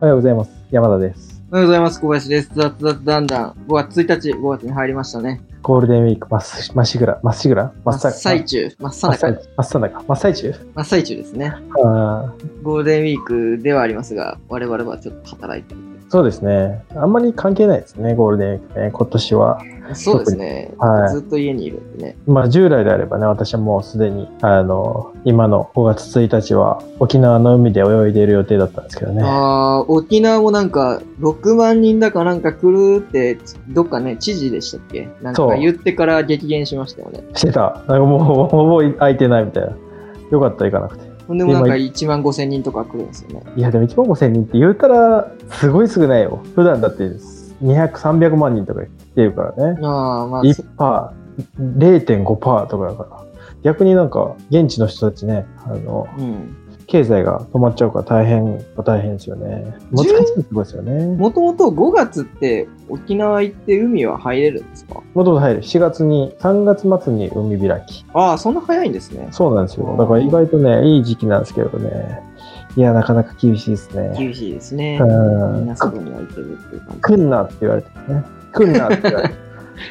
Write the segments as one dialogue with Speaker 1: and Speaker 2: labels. Speaker 1: おはようございます。山田です。
Speaker 2: おはようございます。小林です。雑雑だんだん。5月1日、5月に入りましたね。
Speaker 1: ゴールデンウィーク、まっしまっしぐら、まっしぐら、ま
Speaker 2: 真
Speaker 1: っさ
Speaker 2: っ最中。真っ
Speaker 1: 真っ
Speaker 2: 最
Speaker 1: 最
Speaker 2: 中。
Speaker 1: 中。真っ最中。真っ最中
Speaker 2: 真っ最中ですね。
Speaker 1: あー
Speaker 2: ゴールデンウィークではありますが、我々はちょっと働いてる。
Speaker 1: そうですね。あんまり関係ないですね、ゴールデンウィークね。今年は。
Speaker 2: そうですね。
Speaker 1: はい
Speaker 2: ずっと家にいるんでね。
Speaker 1: まあ、従来であればね、私はもうすでに、あの、今の5月1日は沖縄の海で泳いでいる予定だったんですけどね。
Speaker 2: ああ、沖縄もなんか、6万人だかなんか来るって、どっかね、知事でしたっけなん
Speaker 1: そ
Speaker 2: か
Speaker 1: う
Speaker 2: 言ってから激減しましたよね。
Speaker 1: してた。なんかもう、ほぼ空いてないみたいな。よかった、行かなくて。
Speaker 2: ほんでもなんか
Speaker 1: 今
Speaker 2: 1万5千人とか来るんですよね。
Speaker 1: いや、でも1万5000人って言うたら、すごい少ないよ。普段だって200、300万人とか来てるからね。
Speaker 2: ああ、まあ、そ
Speaker 1: 1パー、0.5パーとかだから。逆になんか、現地の人たちね、あの、
Speaker 2: うん。
Speaker 1: 経済が止まっちゃうから大変は大変ですよね。難しいってことですよね。
Speaker 2: もともと5月って沖縄行って海は入れるんですか
Speaker 1: もともと入る。4月に、3月末に海開き。
Speaker 2: ああ、そんな早いんですね。
Speaker 1: そうなんですよ。だから意外とね、いい時期なんですけどね。いや、なかなか厳しいですね。
Speaker 2: 厳しいですね。
Speaker 1: うん
Speaker 2: みんな外には行ってるっていう感
Speaker 1: 来んなって言われてるね。来んなって言われてる。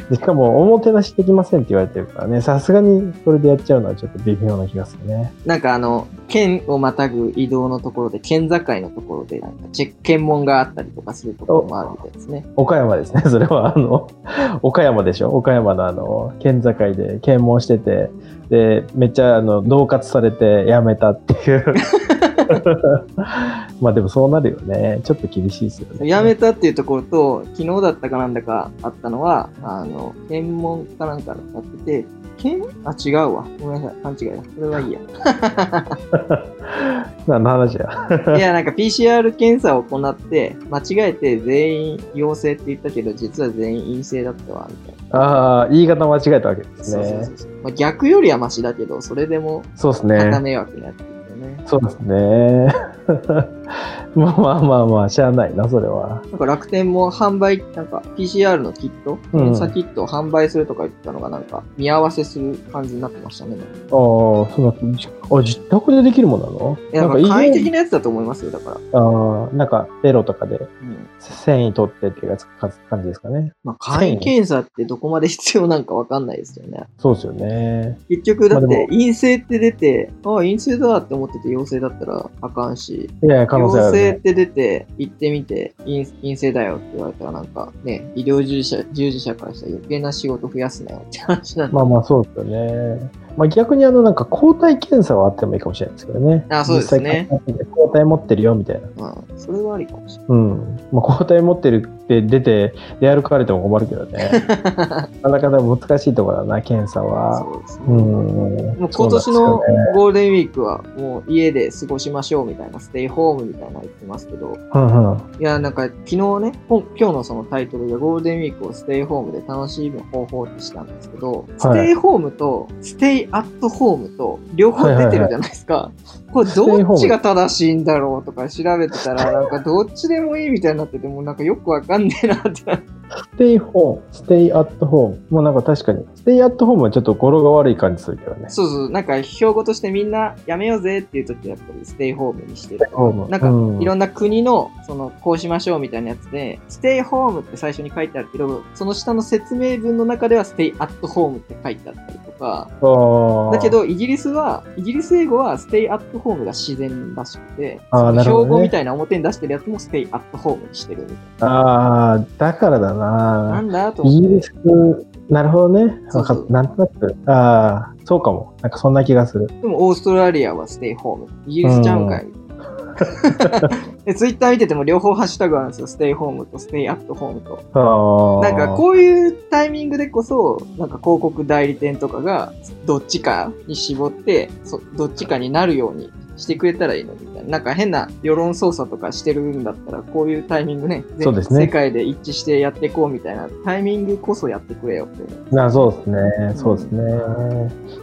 Speaker 1: でしかも、おもてなしできませんって言われてるからね、さすがにそれでやっちゃうのはちょっと微妙な気がするね。
Speaker 2: じ。なんかあの、県をまたぐ移動のところで、県境のところで、なんかチェック検問があったりとかするところもあるみたいですね。
Speaker 1: 岡山ですね、 それは。あの、岡山でしょ岡山のあの、県境で検問してて、で、めっちゃ、あの、恫喝されてやめたって いう。 まあでもそうなるよね。ちょっと厳しいですよね。
Speaker 2: やめたっていうところと、昨日だったかなんだかあったのは、あの、検問かなんかやってて、検あ、違うわ。ごめんなさい。勘違いだ。それはいい や。
Speaker 1: 何の話や。
Speaker 2: いや、なんか PCR 検査を行って、間違えて全員陽性って言ったけど、実は全員陰性だったわ、みたいな。
Speaker 1: ああ、言い方間違えたわけです
Speaker 2: そうそう
Speaker 1: ね
Speaker 2: そ。うそう。まあ、逆よりはマシだけど、それでも
Speaker 1: そうですね。
Speaker 2: 肩迷惑になってるよね。
Speaker 1: そうですね。 まあまあまあまあ、しゃあないな、それは。
Speaker 2: なんか楽天も販売、なんか PCR のキット、
Speaker 1: うん
Speaker 2: 検査キットを販売するとか言ってたのが、なんか見合わせする感じになってましたね。
Speaker 1: ああ、そうだった。あ、自宅でできるもんなの
Speaker 2: いや、なん
Speaker 1: い
Speaker 2: か簡易
Speaker 1: い
Speaker 2: 的なやつだと思いますよ、だから。
Speaker 1: ああ、なんか、ベロとかで
Speaker 2: うん。
Speaker 1: 繊維取ってっていうやつか感じですかね。
Speaker 2: まあ、簡易検査ってどこまで必要なんかわかんないですよね。
Speaker 1: そうですよね。
Speaker 2: 結局、だっ
Speaker 1: まあでも
Speaker 2: て陰性って出て、ああ、陰性だって思ってて陽性だったらあかんし、
Speaker 1: いや、可能性あ
Speaker 2: 陽
Speaker 1: る、
Speaker 2: 性っ
Speaker 1: ね。
Speaker 2: て出て、行ってみて、陰陰性だよって言われたら、なんかね、医療従事者従事者からしたら余計な仕事増やすなよって話なんで。
Speaker 1: まあまあ、そうですよね。まあ逆にあの、なんか抗体検査はあってもいいかもしれないですけどね。
Speaker 2: あそうですね
Speaker 1: 実際。抗体持ってるよ、みたいな。
Speaker 2: うん、それはありかもしれない。
Speaker 1: うん。まあ抗体持ってるって出て、出歩かれても困るけどね。 なかなかでも難しいところだな、検査は。
Speaker 2: そうですね。
Speaker 1: うん
Speaker 2: もう
Speaker 1: も
Speaker 2: 今年のゴールデンウィークはもう家で過ごしましょうみたいな、ステイホームみたいなの言ってますけど、
Speaker 1: うんうん、
Speaker 2: いや、なんか昨日ね、ほん今日のそのタイトルがゴールデンウィークをステイホームで楽しむ方法ってしたんですけど、ステイホームとステイアットホームと両方出てるじゃないですか。これどっちが正しいんだろうとか調べてたら、なんかどっちでもいいみたいになってて、もうなんかよくわかんねえなってなって。
Speaker 1: ステイホーム、ステイアットホーム。もうなんか確かに、ステイアットホームはちょっと語呂が悪い感じするけどね。
Speaker 2: そうそう、なんか標語としてみんなやめようぜっていう時はやっぱりステイホームにしてる。
Speaker 1: ホーム
Speaker 2: なんか、
Speaker 1: う
Speaker 2: いろんな国の、その、こうしましょうみたいなやつで、ステイホームって最初に書いてあるけど、その下の説明文の中ではステイアットホームって書いてあったりとか、
Speaker 1: あー
Speaker 2: だけ、ど、イギリスは、イギリス英語はステイアットホームが自然らしくて、
Speaker 1: あー
Speaker 2: その
Speaker 1: なるほどね
Speaker 2: 標語みたいな表に出してるやつもステイアットホームにしてるみたい
Speaker 1: ああ、だからだ
Speaker 2: な。な
Speaker 1: な。
Speaker 2: んだと
Speaker 1: イギ
Speaker 2: 思っ
Speaker 1: リ
Speaker 2: て。
Speaker 1: ス、なるほどね。
Speaker 2: そうそう
Speaker 1: わかっなんとなく、ああ、そうかも。なんかそんな気がする。
Speaker 2: でも、オーストラリアはステイホーム。イギリスちゃうんかい。で、ツイッター見てても両方ハッシュタグあるんですよ。ステイホームとステイアットホームと。
Speaker 1: ああ。
Speaker 2: なんかこういうタイミングでこそ、なんか広告代理店とかが、どっちかに絞って、そどっちかになるようにしてくれたらいいのみたいな。なんか変な世論操作とかしてるんだったら、こういうタイミングね、全
Speaker 1: そうですね
Speaker 2: 世界で一致してやっていこうみたいなタイミングこそやってくれよって。
Speaker 1: なそうですね。そうですね。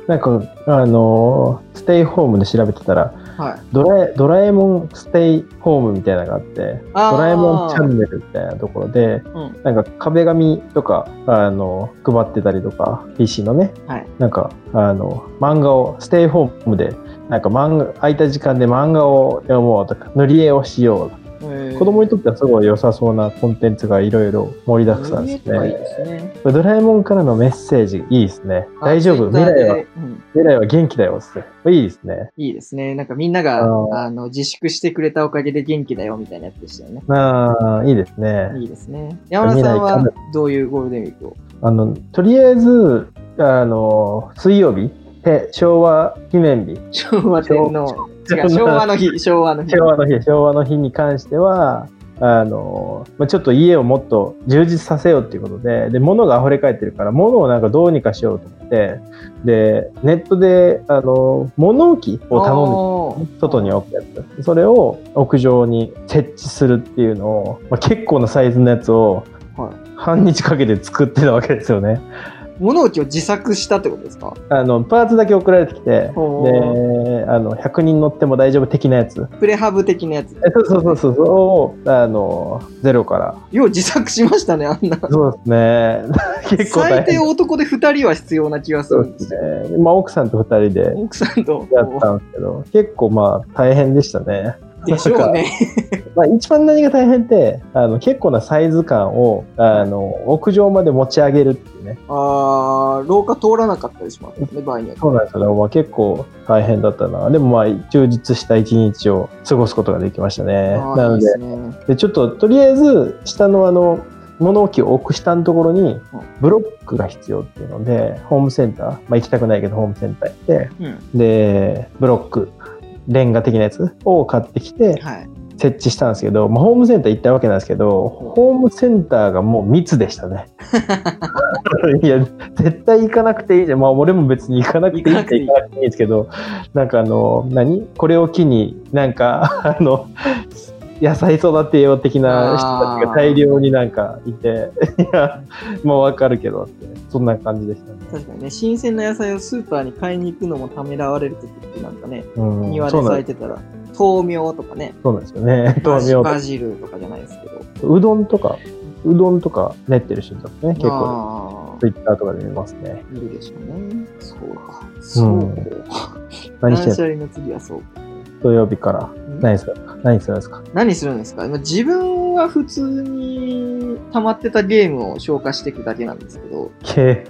Speaker 1: なんか、あのーステイホームで調べてたら、
Speaker 2: はい。
Speaker 1: ドラえドラえもんステイホームみたいなのがあって
Speaker 2: あー
Speaker 1: ドラえもんチャンネルみたいなところで
Speaker 2: うん。
Speaker 1: なんか壁紙とかあの配ってたりとか PC のね
Speaker 2: はい。
Speaker 1: なんかあの漫画をステイホームでなんか漫画空いた時間で漫画を読もうとか塗り絵をしようとか
Speaker 2: えー
Speaker 1: 子供にとってはすごい良さそうなコンテンツがいろいろ盛りだくさんです
Speaker 2: いい
Speaker 1: ね。
Speaker 2: ですね。
Speaker 1: ドラえもんからのメッセージいいですね。
Speaker 2: あ
Speaker 1: 大丈夫未
Speaker 2: Twitter
Speaker 1: 来
Speaker 2: で
Speaker 1: は、
Speaker 2: うん
Speaker 1: 未来は元気だよっす。いいですね。
Speaker 2: いいですね。なんかみんなが
Speaker 1: あー
Speaker 2: あの自粛してくれたおかげで元気だよみたいなやつでしたよね。
Speaker 1: ああ、いいですね。
Speaker 2: いいですね。山田
Speaker 1: 未
Speaker 2: さん
Speaker 1: 来か
Speaker 2: は
Speaker 1: な
Speaker 2: どういうゴールデンウィークを
Speaker 1: あの、とりあえず、あの、水曜日、え昭和記念日、
Speaker 2: 昭和天皇。
Speaker 1: 昭
Speaker 2: 違う、昭和の日、昭和の日。
Speaker 1: 昭和の日、昭和の日に関しては、あの、まあ、ちょっと家をもっと充実させようっていうことで、で、物が溢れ返ってるから、物をなんかどうにかしようと思って、で、ネットで、あの、物置を頼んで
Speaker 2: 頼
Speaker 1: 外に置くやつそれを屋上に設置するっていうのを、まあ、結構なサイズのやつを
Speaker 2: はい
Speaker 1: 半日かけて作ってたわけですよね。
Speaker 2: 物置を自作したってことですか
Speaker 1: あのパーツだけ送られてきてであ
Speaker 2: ほう
Speaker 1: の100人乗っても大丈夫的なやつ
Speaker 2: プレハブ的なやつ。
Speaker 1: えそうそうそうそうそうあのゼロから
Speaker 2: よう自作しましたね、あんな。
Speaker 1: そうですね 結構大
Speaker 2: 最低
Speaker 1: 変
Speaker 2: 男で2人は必要な気がす
Speaker 1: そ
Speaker 2: る
Speaker 1: うんで
Speaker 2: です
Speaker 1: す
Speaker 2: よ。
Speaker 1: ね、まあ、奥さんと2人で
Speaker 2: 奥さんと。
Speaker 1: やったんですけど結構まあ大変でしたね
Speaker 2: でしょうね。
Speaker 1: まあ、一番何が大変ってあの結構なサイズ感をあの屋上まで持ち上げるっていうね
Speaker 2: あー廊下通らなかったりしますね、場合によって
Speaker 1: そうなんですよ、まあ、結構大変だったなでもまあ充実した一日を過ごすことができましたね
Speaker 2: あー
Speaker 1: なので
Speaker 2: いいすね
Speaker 1: でちょっととりあえず下のあの物置を置く下のところにブロックが必要っていうのでホームセンター、まあ、行きたくないけどホームセンター行って
Speaker 2: うん。
Speaker 1: でブロックレンガ的なやつを買ってきて
Speaker 2: はい。
Speaker 1: 設置したんですけど、まあ、ホームセンター行ったわけなんですけどホームセンターがもう密でした ねいや絶対行かなくていいじゃん、まあ、俺も別に行かなくていいって行かなくていいんですけどなんかあの何これを機になんか あの野菜育てよう的な人たちが大量になんかいていやまあわかるけどってそんな感じでしたね、
Speaker 2: 確かにね、新鮮な野菜をスーパーに買いに行くのもためらわれるときってなんかね、
Speaker 1: うん、
Speaker 2: 庭
Speaker 1: そ
Speaker 2: で
Speaker 1: うな
Speaker 2: 咲い
Speaker 1: ん
Speaker 2: てたら、豆苗とかね、
Speaker 1: そうなんですよ ね
Speaker 2: バ
Speaker 1: 豆
Speaker 2: ジ
Speaker 1: 苗
Speaker 2: バジルとかじゃないですけど。
Speaker 1: うどんとかうどんとか練ってる人だったね結構
Speaker 2: 構
Speaker 1: ツイッターとかで見ますね。
Speaker 2: いるでしょうね。そうか。そうか。
Speaker 1: 何
Speaker 2: 断
Speaker 1: して
Speaker 2: 捨
Speaker 1: る
Speaker 2: 離の次はそうか。
Speaker 1: 土曜日から
Speaker 2: ん
Speaker 1: 何する何するんですか
Speaker 2: 何するんですか今自分は普通に溜まってたゲームを消化していくだけなんですけど、
Speaker 1: け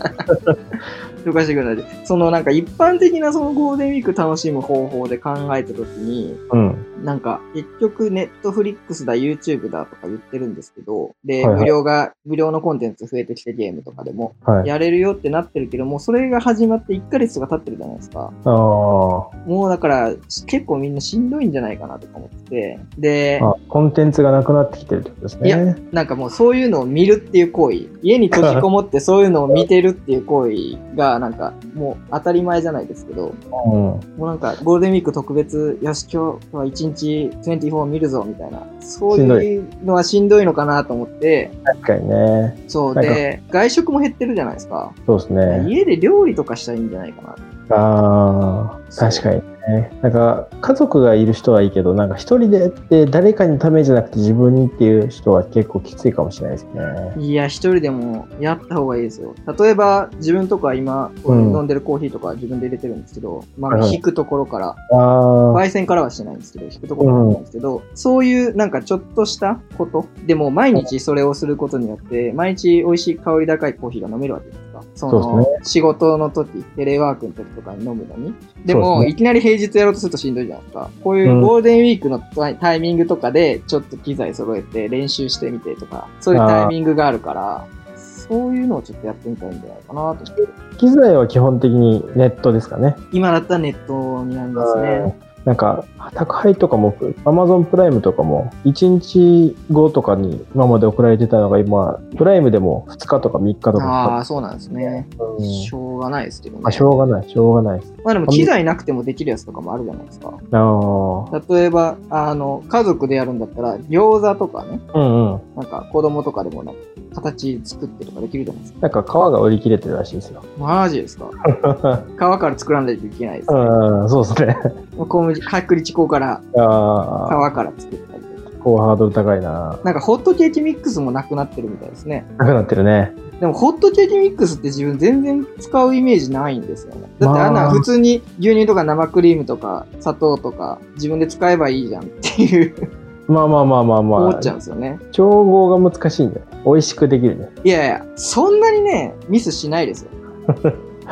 Speaker 2: 消化していくだけ。そのなんか一般的なそのゴールデンウィーク楽しむ方法で考えたときに、
Speaker 1: うん。
Speaker 2: なんか、結局、ネットフリックスだ、YouTube だとか言ってるんですけど、で、
Speaker 1: はいはい
Speaker 2: 無料が、無料のコンテンツ増えてきてゲームとかでも、
Speaker 1: はい。
Speaker 2: やれるよってなってるけど、もうそれが始まって1ヶ月とか経ってるじゃないですか。
Speaker 1: あー
Speaker 2: もうだから、し結構みんなしんどいんじゃないかなとか思ってて、で、
Speaker 1: あ。コンテンツがなくなってきてるってことです
Speaker 2: いや
Speaker 1: ね。
Speaker 2: なんかもうそういうのを見るっていう行為、家に閉じこもってそういうのを見てるっていう行為が、なんかもう当たり前じゃないですけど、
Speaker 1: うん。
Speaker 2: もうなんか、ゴールデンウィーク特別、よし、今日は1日24見るぞ、みたいな。そういうのはしんどいのかなと思って、
Speaker 1: 確かにね。
Speaker 2: そう。
Speaker 1: なんか
Speaker 2: で、外食も減ってるじゃないですか。
Speaker 1: そうですね。
Speaker 2: 家で料理とかしたらいいんじゃないかな。
Speaker 1: ああ。確かにね。なんか、家族がいる人はいいけど、なんか一人でって誰かにためじゃなくて自分にっていう人は結構きついかもしれないですね。
Speaker 2: いや、一人でもやった方がいいですよ。例えば、自分とか今、
Speaker 1: うん
Speaker 2: 飲んでるコーヒーとか自分で入れてるんですけど、ま
Speaker 1: はい
Speaker 2: あ、
Speaker 1: はい
Speaker 2: 引くところから、
Speaker 1: ああ。
Speaker 2: 焙煎からはしてないんですけど、引くところからなんですけど、そういうなんかちょっとしたこと、でも毎日それをすることによって、毎日美味しい香り高いコーヒーが飲めるわけですか。その
Speaker 1: そうです
Speaker 2: 仕事の時、テレワークの時とかに飲むのに。で
Speaker 1: そ
Speaker 2: も、
Speaker 1: うですね
Speaker 2: いきなり平日やろうとするとしんどいじゃないですか。こういううんゴールデンウィークのタイタイミングとかで、ちょっと機材揃えて練習してみてとか、そういうタイミングがあるから、そういうのをちょっとやってみたらいいんじゃないかなと思って。
Speaker 1: 機材は基本的にネットですかね。
Speaker 2: 今だったらネットになりますね。
Speaker 1: なんか宅配とかも Amazon プライムとかも1日後とかに今まで送られてたのが今プライムでも2日とか3日と
Speaker 2: あ
Speaker 1: か
Speaker 2: あ、そうなんですね。
Speaker 1: うん
Speaker 2: しょうがないですけどね。
Speaker 1: まあしょうがないしょうがないです
Speaker 2: まあでも機材なくてもできるやつとかもあるじゃないですか。
Speaker 1: ああ
Speaker 2: 例えば、あの、家族でやるんだったら、餃子とかね、
Speaker 1: うんうん
Speaker 2: なんか子供とかでもなんか形作ってとかできるじゃないですか。
Speaker 1: なんか皮が売り切れてるらしいですよ
Speaker 2: マジですか皮から作らないといけないです、
Speaker 1: う
Speaker 2: ね。
Speaker 1: んそうですね
Speaker 2: もう小麦、薄力粉から皮
Speaker 1: ああ
Speaker 2: から作ったりとか。
Speaker 1: こうハードル高いな
Speaker 2: なんかホットケーキミックスもなくなってるみたいですね。
Speaker 1: なくなってるね
Speaker 2: でもホットケーキミックスって自分全然使うイメージないんですよね。だって
Speaker 1: まあ
Speaker 2: あんな普通に牛乳とか生クリームとか砂糖とか自分で使えばいいじゃんっていう。
Speaker 1: まあまあまあまあま
Speaker 2: 思
Speaker 1: あ
Speaker 2: っちゃうんですよね。
Speaker 1: 調合が難しいんだよ美味しくできるね
Speaker 2: いやいや、そんなにね、ミスしないです よ。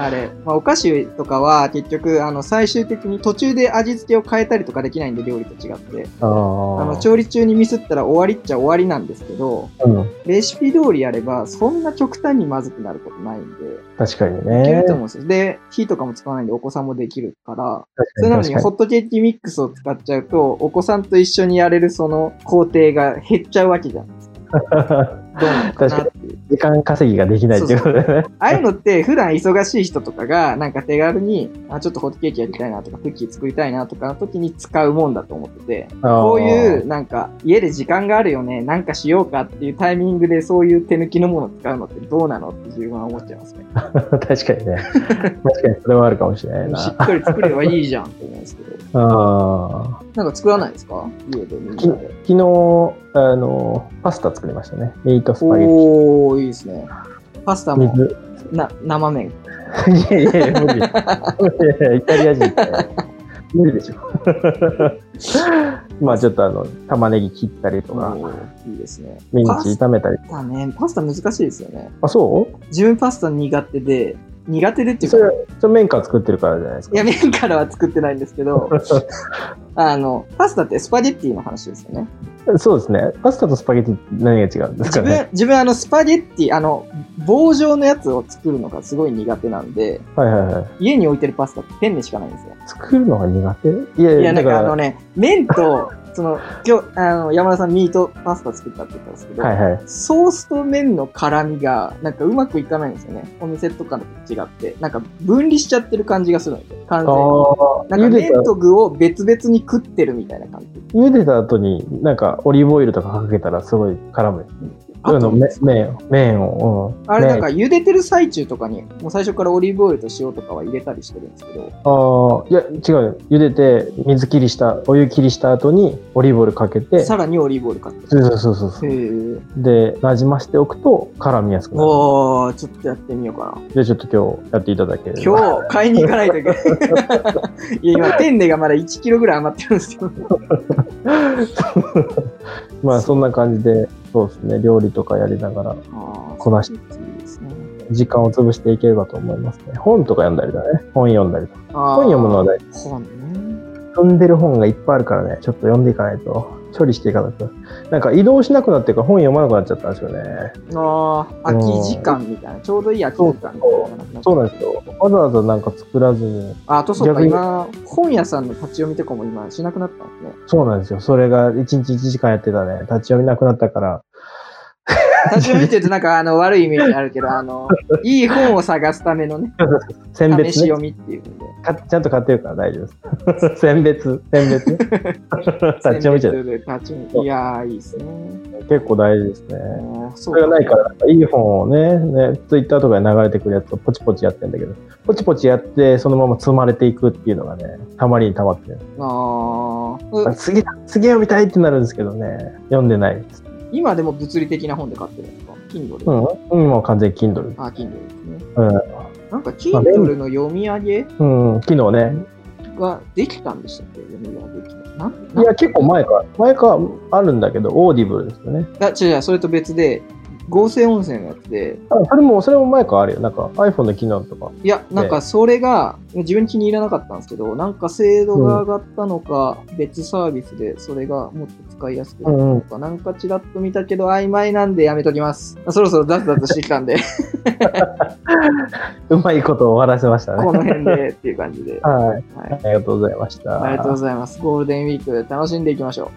Speaker 2: あれ、まあ、お菓子とかは結局、あの、最終的に途中で味付けを変えたりとかできないんで、料理と違って。
Speaker 1: あ
Speaker 2: あの、
Speaker 1: あ
Speaker 2: 調理中にミスったら終わりっちゃ終わりなんですけど、
Speaker 1: うん
Speaker 2: レシピ通りやれば、そんな極端にまずくなることないんで、
Speaker 1: 確かに
Speaker 2: いけ
Speaker 1: ね
Speaker 2: ると思うんですよ。で、火とかも使わないんで、お子さんもできるから、
Speaker 1: 確
Speaker 2: それな
Speaker 1: か
Speaker 2: の
Speaker 1: に
Speaker 2: に
Speaker 1: 確か
Speaker 2: ホットケーキミックスを使っちゃうと、お子さんと一緒にやれるその工程が減っちゃうわけじゃん。
Speaker 1: に
Speaker 2: どうなのかなっていう。
Speaker 1: 時間稼ぎができないっていうことだよね
Speaker 2: ああいうのって普段忙しい人とかがなんか手軽にあちょっとホットケーキやりたいなとかクッキー作りたいなとかの時に使うもんだと思ってて こういうなんか家で時間があるよねなんかしようかっていうタイミングでそういう手抜きのものを使うのってどうなのって自分は思っちゃいますね
Speaker 1: あー 確かにね 確かにそれはあるかもしれない
Speaker 2: しっ
Speaker 1: な
Speaker 2: かり作ればいいじゃんって思うんですけど
Speaker 1: あー
Speaker 2: なんか作らないですか家でみんなで
Speaker 1: 昨日あのパスタ作りましたねミートスパゲッティ
Speaker 2: おーいいですねパスタも
Speaker 1: 水
Speaker 2: な生麺
Speaker 1: いやいやいや、無理。いやいやイタリア人って無理でしょ。 まあちょっとあの、玉ねぎ切ったりとか、
Speaker 2: おーいいですね
Speaker 1: ミン
Speaker 2: パ
Speaker 1: チ
Speaker 2: ス
Speaker 1: 炒めたり。
Speaker 2: タねパスタ難しいですよね
Speaker 1: あ、そう
Speaker 2: 自分パスタ苦手で苦手でっていう
Speaker 1: そ
Speaker 2: か
Speaker 1: れ、それ麺から作ってるからじゃないです
Speaker 2: い
Speaker 1: か。
Speaker 2: や、麺からは作ってないんですけど、あの、パスタってスパゲッティの話ですよね。
Speaker 1: そうですね。パスタとスパゲティって何が違うんです
Speaker 2: 自
Speaker 1: かね。
Speaker 2: 分、自分あの、スパゲッティ、あの、棒状のやつを作るのがすごい苦手なんで、
Speaker 1: はいはいはい。
Speaker 2: 家に置いてるパスタってペンネしかないんですよ。
Speaker 1: 作るのが苦手いや
Speaker 2: い
Speaker 1: い
Speaker 2: や、
Speaker 1: や、
Speaker 2: な
Speaker 1: だか
Speaker 2: んからあ、のね、麺と、その、今日、あの、山田さんミートパスタ作ったって言ったんですけど、
Speaker 1: はいはい。
Speaker 2: ソースと麺の絡みが、なんかうまくいかないんですよね。お店とかのと違って。なんか分離しちゃってる感じがするんですよ。完全
Speaker 1: あ
Speaker 2: に。なんか
Speaker 1: あ、茹で
Speaker 2: 麺
Speaker 1: た、
Speaker 2: と具を別々に食ってるみたいな感じ。
Speaker 1: 茹でた後になんかオリーブオイルとかかけたらすごい絡む。あの、め麺を、麺を。うん、
Speaker 2: あれなんか
Speaker 1: 麺
Speaker 2: 茹でてる最中とかに、もう最初からオリーブオイルと塩とかは入れたりしてるんですけ
Speaker 1: あ
Speaker 2: ど、
Speaker 1: あ、いや、違うよ。茹でて、水切りした、お湯切りした後に、オリーブオイルかけて、そ
Speaker 2: さ
Speaker 1: う
Speaker 2: らにオリーブオイル買ってる。
Speaker 1: そうそうそうそう。
Speaker 2: へえ。
Speaker 1: で、馴染ませておくと、絡みやすくなる。
Speaker 2: おー、ちょっとやってみようかな。
Speaker 1: じゃあちょっと今日やっていただければ。
Speaker 2: 今日、買いに行かないと いけない。いや、今、ペンネがまだ1キロぐらい余ってるんですよ。
Speaker 1: まあ、そんな感じで、そうですね、料理とかやりながら、こなして
Speaker 2: ですね。
Speaker 1: 時間を潰していければと思いますね。本とか読んだりだね。本読んだりとか。
Speaker 2: あー
Speaker 1: 本読むのは大事。
Speaker 2: 本ね。
Speaker 1: 読んでる本がいっぱいあるからね、ちょっと読んでいかないと、処理していかないと。なんか移動しなくなってから本読まなくなっちゃったんですよね。
Speaker 2: あー空き時間みたいな。ちょうどいい空き時間みたいなのがくっちゃった。
Speaker 1: そうなんですよ。わざわざなんか作らずに、
Speaker 2: あ、あとそうか、
Speaker 1: 逆に
Speaker 2: 今、本屋さんの立ち読みとかも今しなくなったんですね。
Speaker 1: そうなんですよ。それが1日1時間やってたね。立ち読みなくなったから。
Speaker 2: 立ち読みって言うとなんかあの悪いイメージあるけど、あの、いい本を探すためのね、
Speaker 1: 選
Speaker 2: 試し
Speaker 1: 別ね。
Speaker 2: 読みっていうんで。
Speaker 1: かちゃんと買ってるから大丈夫です。 選別、選 別ね。立ち読みちゃう。
Speaker 2: 選別で立ち読みいやー、いいですね。
Speaker 1: 結構大事ですね。
Speaker 2: もうそ。
Speaker 1: それがないからら、なんかいい本をね、ね、ツイッターとかで流れてくるやつをポチポチやってんだけど、ポチポチやって、そのまま積まれていくっていうのがね、たまりにたまってる。
Speaker 2: あー
Speaker 1: あ
Speaker 2: う
Speaker 1: 次だ、次読みたいってなるんですけどね、読んでないです。
Speaker 2: 今でも物理的な本で買ってるんですか ?Kindle で。
Speaker 1: うん、うん、もう完全に Kindle。
Speaker 2: あ、Kindle ですね。
Speaker 1: うん
Speaker 2: なんか Kindle の読み上げ
Speaker 1: うん、昨日ね、
Speaker 2: ができたんでしたっけ読み上げ機能。なん
Speaker 1: いや、結構前から、前からあるんだけど、オーディブルですよね。
Speaker 2: あ、違う違う、それと別で、合成音声のやつで、
Speaker 1: あそれも、それも前からあるよ。なんか iPhone の機能とか。
Speaker 2: いや、なんかそれが、自分気に入らなかったんですけど、なんか精度が上がったのか、別サービスでそれがもっと使いやすくなったのか、なんかちらっと見たけど曖昧なんでやめときます。あそろそろダツダツしてきたんで、
Speaker 1: うまいことを終わらせましたね。
Speaker 2: この辺でっていう感じで。
Speaker 1: はい。
Speaker 2: はい、
Speaker 1: ありがとうございました。
Speaker 2: ありがとうございます。ゴールデンウィーク楽しんでいきましょう。